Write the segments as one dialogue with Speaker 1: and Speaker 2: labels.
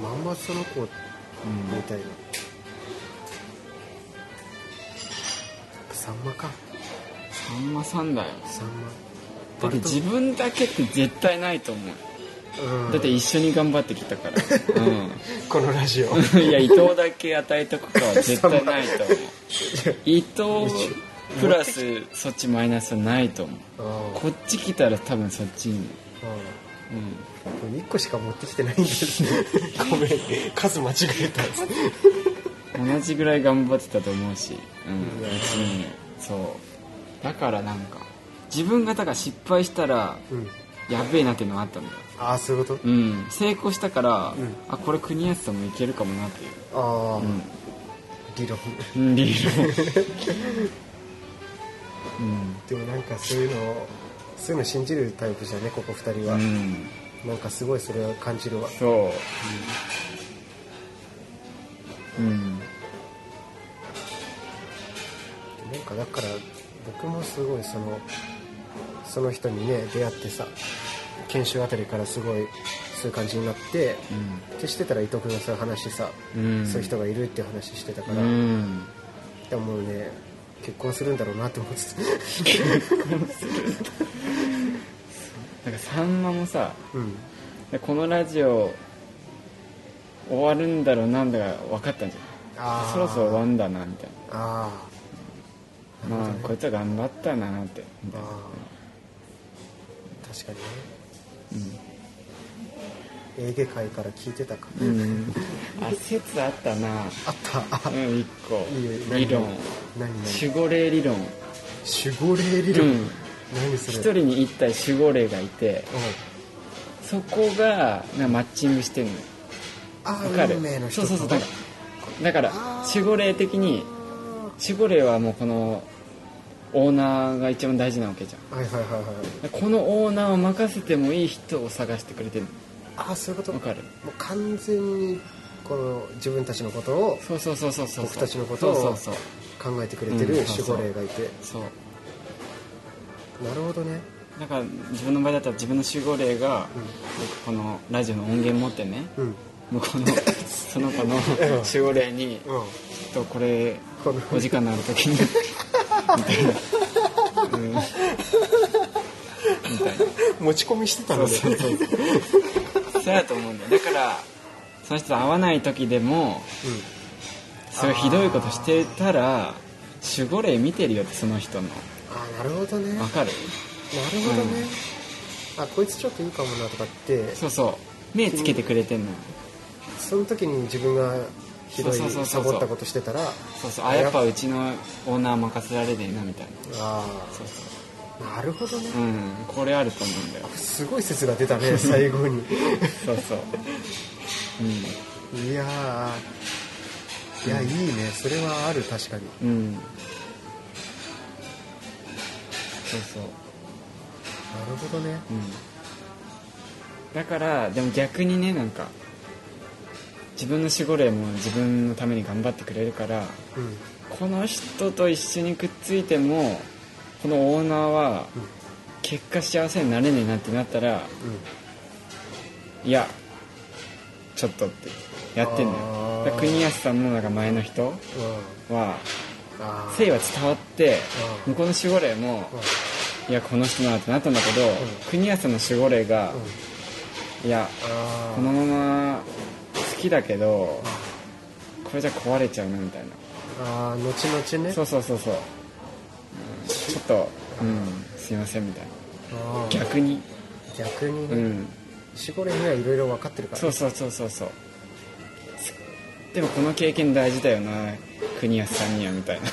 Speaker 1: まんまその子みたいな、サンマか
Speaker 2: さんまさんだよ
Speaker 1: サンマ
Speaker 2: だって自分だけって絶対ないと思う
Speaker 1: うん
Speaker 2: だって一緒に頑張ってきたから
Speaker 1: このラジオ
Speaker 2: うんいや伊藤だけ与えとくかは絶対ないと思う伊藤プラスそっちマイナスはないと思う
Speaker 1: あー
Speaker 2: こっち来たら多分そっちに
Speaker 1: あ
Speaker 2: うん
Speaker 1: ーこれ1個しか持ってきてないんですね ごめん数間違えた
Speaker 2: 同じぐらい頑張ってたと思うし、うん、
Speaker 1: うわ
Speaker 2: 別にそうだからなんか自分がだから失敗したら
Speaker 1: うん
Speaker 2: やべえなっていうのはあったんだよ
Speaker 1: ああそういうこと
Speaker 2: うん成功したから、
Speaker 1: うん
Speaker 2: あこれ国安さんもいけるかもなっていう
Speaker 1: ああ、
Speaker 2: うん
Speaker 1: 理論
Speaker 2: うん理論うん
Speaker 1: でもなんかそういうのをそういうの信じるタイプじゃねここ2人は、
Speaker 2: うん
Speaker 1: なんかすごいそれを感じるわ
Speaker 2: そううん
Speaker 1: なんかだから僕もすごいそのその人にね出会ってさ研修あたりからすごいそういう感じになって、ってしてたら伊藤君がそういう話さ、
Speaker 2: うん
Speaker 1: そういう人がいるっていう話してたか
Speaker 2: う
Speaker 1: ら、
Speaker 2: ん
Speaker 1: でももうね結婚するんだろうなって思ってた
Speaker 2: なんかさんまもさ
Speaker 1: うん
Speaker 2: このラジオ終わるんだろうなんだか分かったんじ
Speaker 1: あ
Speaker 2: ゃ
Speaker 1: ー
Speaker 2: んそろそろ終わんだなみたい
Speaker 1: あ
Speaker 2: なまあこいつは頑張ったなってみ
Speaker 1: ー
Speaker 2: たいな
Speaker 1: あー確かにねエーゲ海から聞いてたか、
Speaker 2: うんあ説あったな
Speaker 1: あった
Speaker 2: う
Speaker 1: あ
Speaker 2: ん一個
Speaker 1: いいよ何
Speaker 2: 理論
Speaker 1: 何
Speaker 2: 守護霊理論
Speaker 1: 何守護霊理
Speaker 2: う
Speaker 1: 論、
Speaker 2: ん
Speaker 1: 何そ
Speaker 2: 一
Speaker 1: れ
Speaker 2: 人に一体守護霊がいて
Speaker 1: うん
Speaker 2: そこがなんかマッチングしてんのよ
Speaker 1: ああ
Speaker 2: わかる
Speaker 1: 運命の人
Speaker 2: そうそうそうだからだから守護霊的に
Speaker 1: あ
Speaker 2: 守護霊はもうこのオーナーが一番大事なわけじゃん
Speaker 1: ーはいはいはいはい
Speaker 2: このオーナーを任せてもいい人を探してくれてる
Speaker 1: ああそういうこと
Speaker 2: わかる
Speaker 1: もう完全にこの自分たちのことを
Speaker 2: そうそうそうそうそう
Speaker 1: 僕たちのことを
Speaker 2: そうそう
Speaker 1: 考えてくれてる
Speaker 2: う
Speaker 1: 守
Speaker 2: んそうそう
Speaker 1: 護霊がいて
Speaker 2: そうそう
Speaker 1: なるほどね
Speaker 2: だから自分の場合だったら自分の守護霊が、このラジオの音源持ってね、
Speaker 1: うん
Speaker 2: 向こうのその子の守護霊に
Speaker 1: うん
Speaker 2: 「ちょっとこれ
Speaker 1: この
Speaker 2: お時間のある時に」みたいな、うん、みたいな
Speaker 1: 持ち込みしてた
Speaker 2: そ
Speaker 1: の
Speaker 2: うそう
Speaker 1: で
Speaker 2: そうそうやと思うんだよだからその人と会わない時でもそういうひどいことしてたら守護霊見てるよってその人の
Speaker 1: ああなるほどねな
Speaker 2: わ
Speaker 1: る
Speaker 2: かる
Speaker 1: ほどねあこいつちょっといいかもなとかって
Speaker 2: そうそう目つけてくれてんのよ
Speaker 1: その時に自分がひどい
Speaker 2: そうそうそうそ
Speaker 1: サ
Speaker 2: う
Speaker 1: ボったことしてたら
Speaker 2: そうそうあやっぱうちのオーナー任せられねえなみたいな
Speaker 1: あ
Speaker 2: そうそ
Speaker 1: あなるほどね
Speaker 2: ううんこれあると思うんだよ
Speaker 1: すごい説が出た ね最後に
Speaker 2: そうそう
Speaker 1: いやーいやいいねそれはある確かに
Speaker 2: うんうんそうそう
Speaker 1: なるほどね
Speaker 2: うんだからでも逆にねなんか自分の守護霊も自分のために頑張ってくれるから
Speaker 1: うん
Speaker 2: この人と一緒にくっついてもこのオーナーは
Speaker 1: うん
Speaker 2: 結果幸せになれねえなってなったら
Speaker 1: うん
Speaker 2: いやちょっとってやってんだ
Speaker 1: あー
Speaker 2: よだから国安さんのなんか前の人
Speaker 1: うん
Speaker 2: は
Speaker 1: あ
Speaker 2: 誠意は伝わって
Speaker 1: うん
Speaker 2: 向こうの守護霊もいやこの人ならってなったんだけど国安さんの守護霊が
Speaker 1: うんうん
Speaker 2: いや
Speaker 1: あ
Speaker 2: このまま好きだけどこれじゃ壊れちゃうなみたいな
Speaker 1: ーあー後々ね
Speaker 2: そうそうそうそう、うんちょっとうんすいませんみたいな
Speaker 1: あー
Speaker 2: 逆に
Speaker 1: 逆に
Speaker 2: う
Speaker 1: ね
Speaker 2: ん
Speaker 1: 守護霊にはいろいろ分かってるから
Speaker 2: そうそうそうそうそうすでもこの経験大事だよな国安さんにはみた いな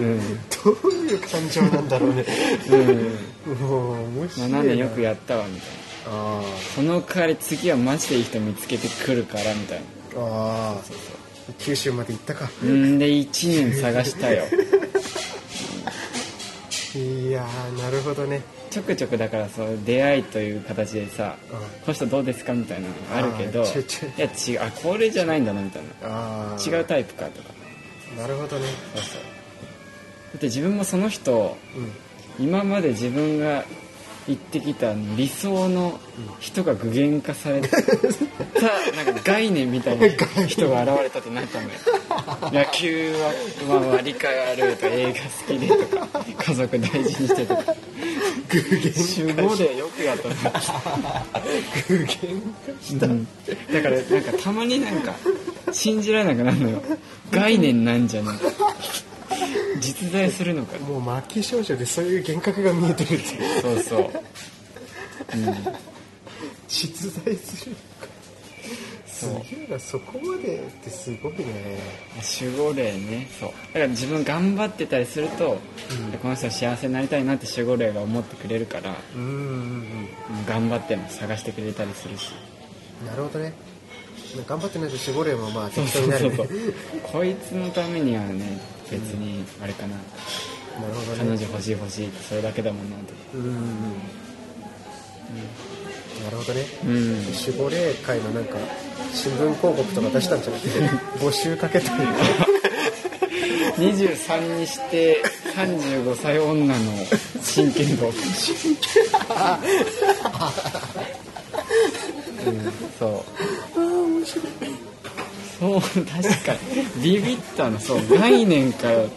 Speaker 1: どういう感情なんだろうね
Speaker 2: うん、うん、
Speaker 1: もう面白いな
Speaker 2: 7年よくやったわみたい
Speaker 1: あ
Speaker 2: なその代わり次はマジでいい人見つけてくるからみたいな
Speaker 1: ーあー九州まで行ったか
Speaker 2: うんで1年探したよ
Speaker 1: いやーなるほどね
Speaker 2: ちょくちょくだからそう出会いという形でさ
Speaker 1: うん
Speaker 2: この人どうですかみたいなのあるけど
Speaker 1: あーちょ
Speaker 2: いや違うあこれじゃないんだなみたいな
Speaker 1: ああ
Speaker 2: 違うタイプかとか
Speaker 1: なるほどね
Speaker 2: そうそうだって自分もその人
Speaker 1: うん
Speaker 2: 今まで自分が行ってきたあの理想の人が具現化された、なんか概念みたいな人が現れたってなったのよ野球は、まあ、まあ理解あると映画好きでとか家族大事にしてとか
Speaker 1: 具現
Speaker 2: 集合でよくやったな
Speaker 1: 具現化した、
Speaker 2: うんだからなんかたまになんか信じられなくなるのよ概念なんじゃないか実在するのか
Speaker 1: もう末期少女でそういう幻覚が見えてるっていう
Speaker 2: そうそう、うん、
Speaker 1: 実在するす
Speaker 2: そう
Speaker 1: げえなそこまでってすごいね
Speaker 2: 守護霊ねそうだから自分頑張ってたりすると、この人は幸せになりたいなって守護霊が思ってくれるから
Speaker 1: うんうん
Speaker 2: 頑張っても探してくれたりするし
Speaker 1: うんなるほどね頑張ってないと守護霊もまあ
Speaker 2: そう
Speaker 1: 適当
Speaker 2: そ
Speaker 1: に
Speaker 2: う
Speaker 1: な
Speaker 2: そ
Speaker 1: る
Speaker 2: う
Speaker 1: ね
Speaker 2: そうこいつのためにはね別にあれか
Speaker 1: な
Speaker 2: な、
Speaker 1: るほど
Speaker 2: 彼
Speaker 1: ね
Speaker 2: 女欲しい欲しいってそれだけだもんなと
Speaker 1: うんうんうんなるほどね
Speaker 2: うん
Speaker 1: 守護霊界のなんか新聞広告とか出したんじゃない募集かけたり
Speaker 2: 23にして35歳女の真剣度、うん、そう
Speaker 1: ああ面白い
Speaker 2: そう確かにビビったのそう概念かよ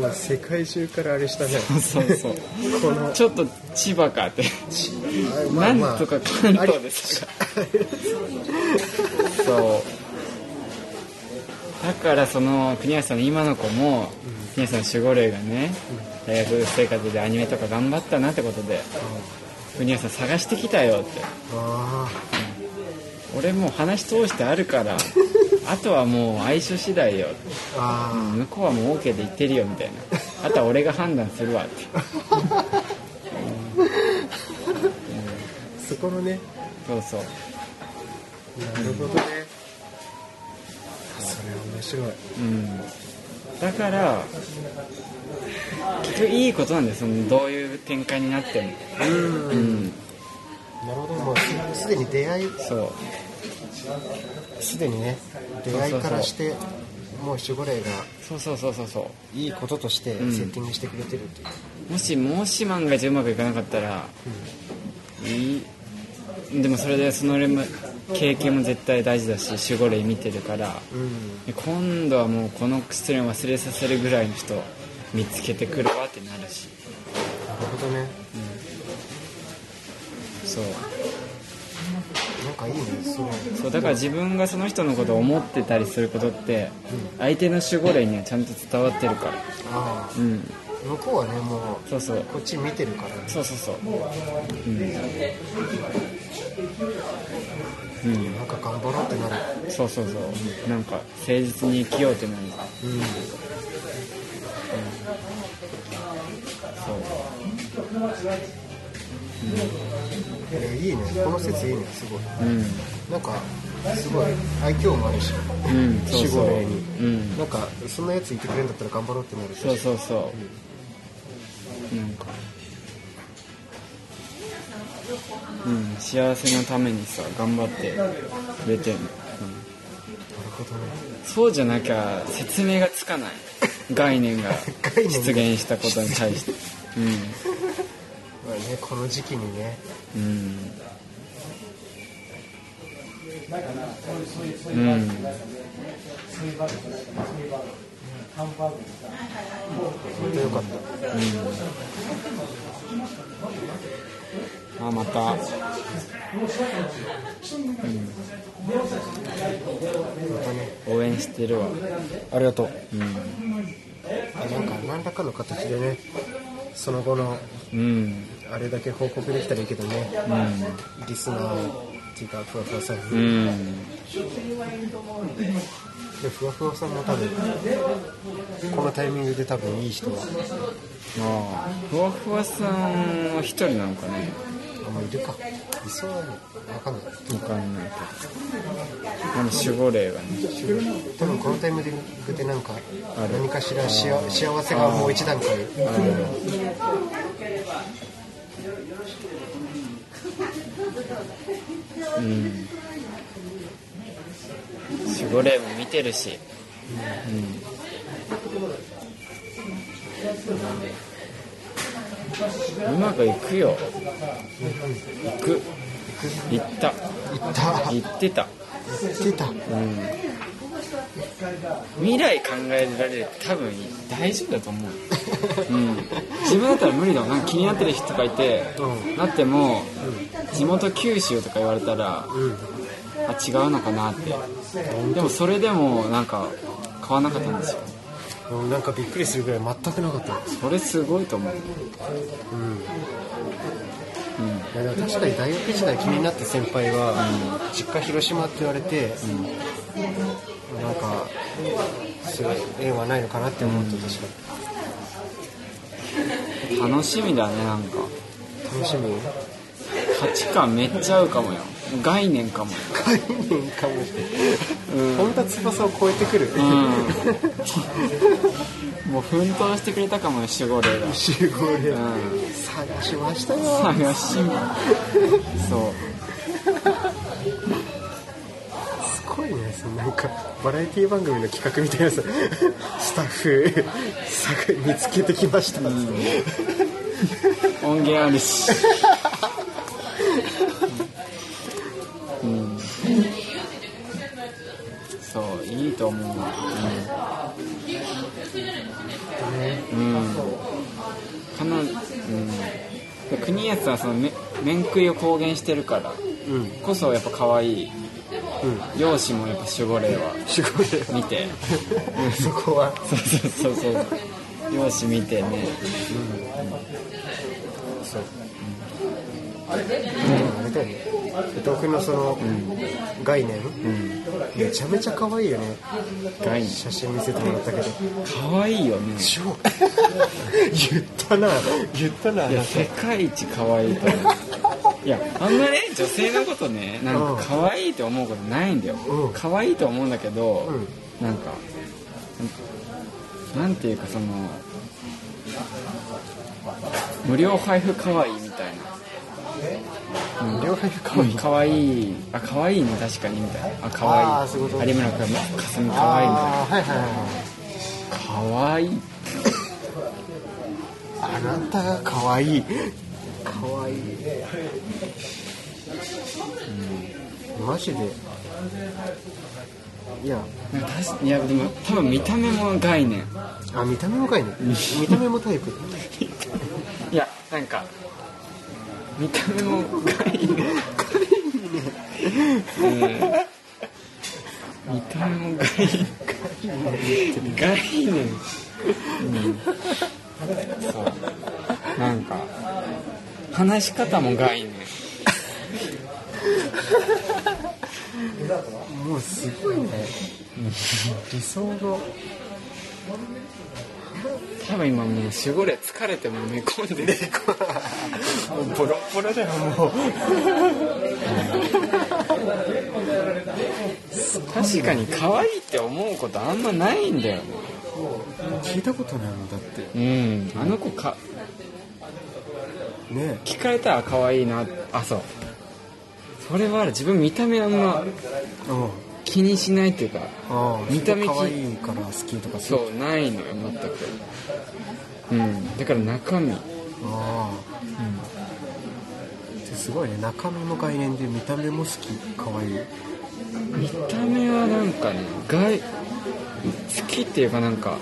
Speaker 1: もう世界中からあれしたね
Speaker 2: そうそう
Speaker 1: この
Speaker 2: ちょっと千葉かってなんとか関東ですそうだからその国安さんの今の子も国安さんの守護霊がね大学生活でアニメとか頑張ったなってことで国安さん探してきたよって
Speaker 1: あ
Speaker 2: 俺もう話通してあるからあとはもう相性次第よって
Speaker 1: ああ
Speaker 2: 向こうはもう OK で言ってるよみたいなあとは俺が判断するわって
Speaker 1: あそこのね
Speaker 2: そうそう
Speaker 1: なるほどねそれ面白い
Speaker 2: うんだからきっといいことなんだよそのどういう展開になっても
Speaker 1: うん
Speaker 2: う
Speaker 1: なるほ
Speaker 2: ん
Speaker 1: どもうすでに出会い
Speaker 2: そう
Speaker 1: すでにね出会いからしてもう守護霊が
Speaker 2: そうそうそうそうそ
Speaker 1: いいこととしてセ
Speaker 2: ん
Speaker 1: ッティングしてくれてるっていう、
Speaker 2: うもしもし万が一うまくいかなかったら、いいでもそれでその連絡経験も絶対大事だし守護霊見てるから
Speaker 1: うん、
Speaker 2: で今度はもうこの失恋を忘れさせるぐらいの人見つけてくるわってなるし
Speaker 1: なるほどね
Speaker 2: そう
Speaker 1: なんかいいねすごい
Speaker 2: そうだから自分がその人のことを思ってたりすることって相手の守護霊にはちゃんと伝わってるから
Speaker 1: ああ
Speaker 2: うん
Speaker 1: 向こうはねも
Speaker 2: そうそう
Speaker 1: うこっち見てるから
Speaker 2: そうそうそううん、うん、
Speaker 1: なんか頑張ろうってなる
Speaker 2: そうそうそうなんか誠実に生きようってなる
Speaker 1: うん
Speaker 2: そう
Speaker 1: えいいねこの説いいねすごい
Speaker 2: うん
Speaker 1: なんかすごい愛嬌もあるし
Speaker 2: うんそう
Speaker 1: 守
Speaker 2: そう
Speaker 1: 護霊に、
Speaker 2: うん
Speaker 1: なんかそんなやついてくれるんだったら頑張ろうってなるし
Speaker 2: そうそうそうなんかうん幸せのためにさ頑張ってくれてる、うん
Speaker 1: なるほどね
Speaker 2: そうじゃなきゃ説明がつかない概念が
Speaker 1: 概
Speaker 2: 出
Speaker 1: 念が
Speaker 2: 現したことに対して
Speaker 1: まあねこの時期にね
Speaker 2: うんうんうん
Speaker 1: 本当よかった
Speaker 2: あまた
Speaker 1: またね
Speaker 2: 応援してるわ
Speaker 1: ありがとう
Speaker 2: うん
Speaker 1: なんか何らかの形でねその後の
Speaker 2: うん
Speaker 1: あれだけ報告できたらいいけどね、リスナーっていうかふわふわさん、
Speaker 2: う
Speaker 1: で
Speaker 2: ん
Speaker 1: ふわふわさんも多分このタイミングで多分いい人は
Speaker 2: ああふわふわさんは一人なのかね
Speaker 1: あんまいるかいそうなの分かんない
Speaker 2: わかんないけどでも守護霊がね
Speaker 1: 多分このタイミングでなんか
Speaker 2: ある
Speaker 1: 何かしらしあ幸せがもう一段階
Speaker 2: うん守護霊も見てるしうまくいくよ行く行った
Speaker 1: 行った行
Speaker 2: 行ってた
Speaker 1: ってた
Speaker 2: うん未来考えられる多分大丈夫だと思う、うん、自分だったら無理だもんなんか気になってる人とかいて、
Speaker 1: う
Speaker 2: なっても、地元九州とか言われたら、
Speaker 1: うん
Speaker 2: あ違うのかなってでもそれでもなんか買わなかったんですよ
Speaker 1: うんなんかびっくりするぐらい全くなかった
Speaker 2: それすごいと思う
Speaker 1: いやでも確かに大学時代気になった先輩は、実家広島って言われて、なんかすごい縁はないのかなって思うと確か
Speaker 2: 楽しみだねなんか
Speaker 1: に楽しみ
Speaker 2: 価値観めっちゃ合うかもよ概念 かもよ
Speaker 1: 概念かもしれない本田翼を超えてくる、
Speaker 2: うんもう奮闘してくれたかもよ守護霊 が
Speaker 1: 集合で
Speaker 2: う
Speaker 1: 探しましたよ
Speaker 2: 探しにそう
Speaker 1: すごいねそのなんかバラエティ番組の企画みたいなさスタッフ作見つけてきましたっつって、
Speaker 2: 音源あるし、うん、そういいと思うわうん、うん、かな、うん、で国安はそのめ面食いを公言してるから
Speaker 1: うん
Speaker 2: こそやっぱ可愛い
Speaker 1: うん
Speaker 2: 容姿もやっぱ守護霊は
Speaker 1: 集合で
Speaker 2: 見て
Speaker 1: そこは
Speaker 2: そうそうそうそう容姿見てね
Speaker 1: そう。あれだよね。伊藤君のその、概念、めちゃめちゃ可愛いよね。
Speaker 2: 概念
Speaker 1: 写真見せてもらったけど。
Speaker 2: 可愛いよね
Speaker 1: 超言ったな。言ったな。
Speaker 2: いや世界一可愛いと思ういやあんまね女性のことねなん
Speaker 1: うん
Speaker 2: か可愛いと思うことないんだよ、
Speaker 1: うん
Speaker 2: 可愛いと思うんだけど、
Speaker 1: う
Speaker 2: なんかなんていうかその無料配布可愛いみたい
Speaker 1: 両方可
Speaker 2: な
Speaker 1: 愛い。
Speaker 2: 可愛いあ可愛いね確かにみたいなあ
Speaker 1: あーそういう
Speaker 2: 可
Speaker 1: こと
Speaker 2: 愛い有村君かすみ可愛いみたい
Speaker 1: ああー、はいはいはい。
Speaker 2: な可愛い
Speaker 1: あなたが可愛い。可愛い。うん、マジで。いや、
Speaker 2: なんか確かいやでも多分見た目も概念
Speaker 1: あ、見た目もかいね。見た目もタイプ。
Speaker 2: いやなんか見た目も可愛いねうん見た目も可愛い概念うんそうなんか話し方も概念
Speaker 1: もうすごいね。理想の。
Speaker 2: 多分今もう守護霊疲れてもう寝込んでる
Speaker 1: ボロボロだよ、もう。
Speaker 2: 確かに可愛いって思うことあんまないんだよね
Speaker 1: 聞いたことないもんだって。
Speaker 2: うんあの子か
Speaker 1: ね
Speaker 2: 聞かれたら可愛いなあそうそれはある自分見た目あんま
Speaker 1: うん。
Speaker 2: 気にしないっていうか
Speaker 1: ああ、
Speaker 2: 見た目き
Speaker 1: 可愛いから好きとかう。
Speaker 2: そうないのよ全くうんだから中身
Speaker 1: ああ。ですごいね、中身も概念で見た目も好き、可愛い。
Speaker 2: 見た目はなんかね外好きっていうかなんか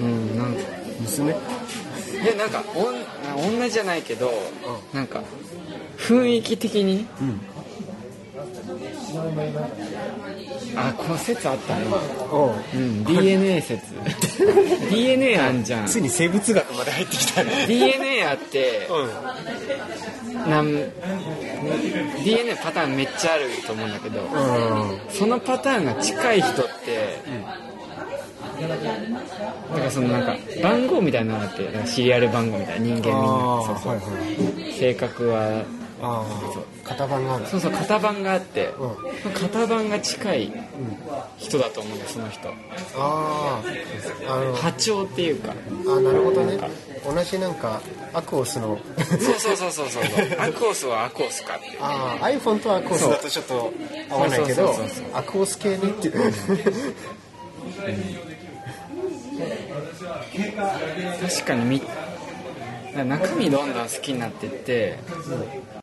Speaker 2: うんなんか
Speaker 1: 娘
Speaker 2: いやなんかおん女じゃないけどなんか雰囲気的に
Speaker 1: うん。
Speaker 2: あこう説あったね
Speaker 1: おう
Speaker 2: うん DNA 説 DNA あんじゃん
Speaker 1: ついに生物学まで入ってきたね。
Speaker 2: DNA あって
Speaker 1: うん。
Speaker 2: なん DNA パターンめっちゃあると思うんだけど、
Speaker 1: うん。
Speaker 2: そのパターンが近い人って、なんかそのなんか番号みたいなのがあってなんかシリアル番号みたいな人間み
Speaker 1: あ
Speaker 2: んな
Speaker 1: あ、
Speaker 2: そうそう、
Speaker 1: はいはい。
Speaker 2: 性格は
Speaker 1: ああ、型番がある。
Speaker 2: そうそう型番があって、
Speaker 1: うん
Speaker 2: 型番が近い人だと思うんだよその人
Speaker 1: ああ、あの、
Speaker 2: 波長っていうか
Speaker 1: あなるほどね同じなんかアクオスの
Speaker 2: そうそうそうそうそう アクオスはアクオスかっていう
Speaker 1: ああ iPhone とアクオスだとちょっと合わないけど
Speaker 2: そうそうそうそ
Speaker 1: アクオス系ねっていう
Speaker 2: 確かにみ中身どんどん好きになってって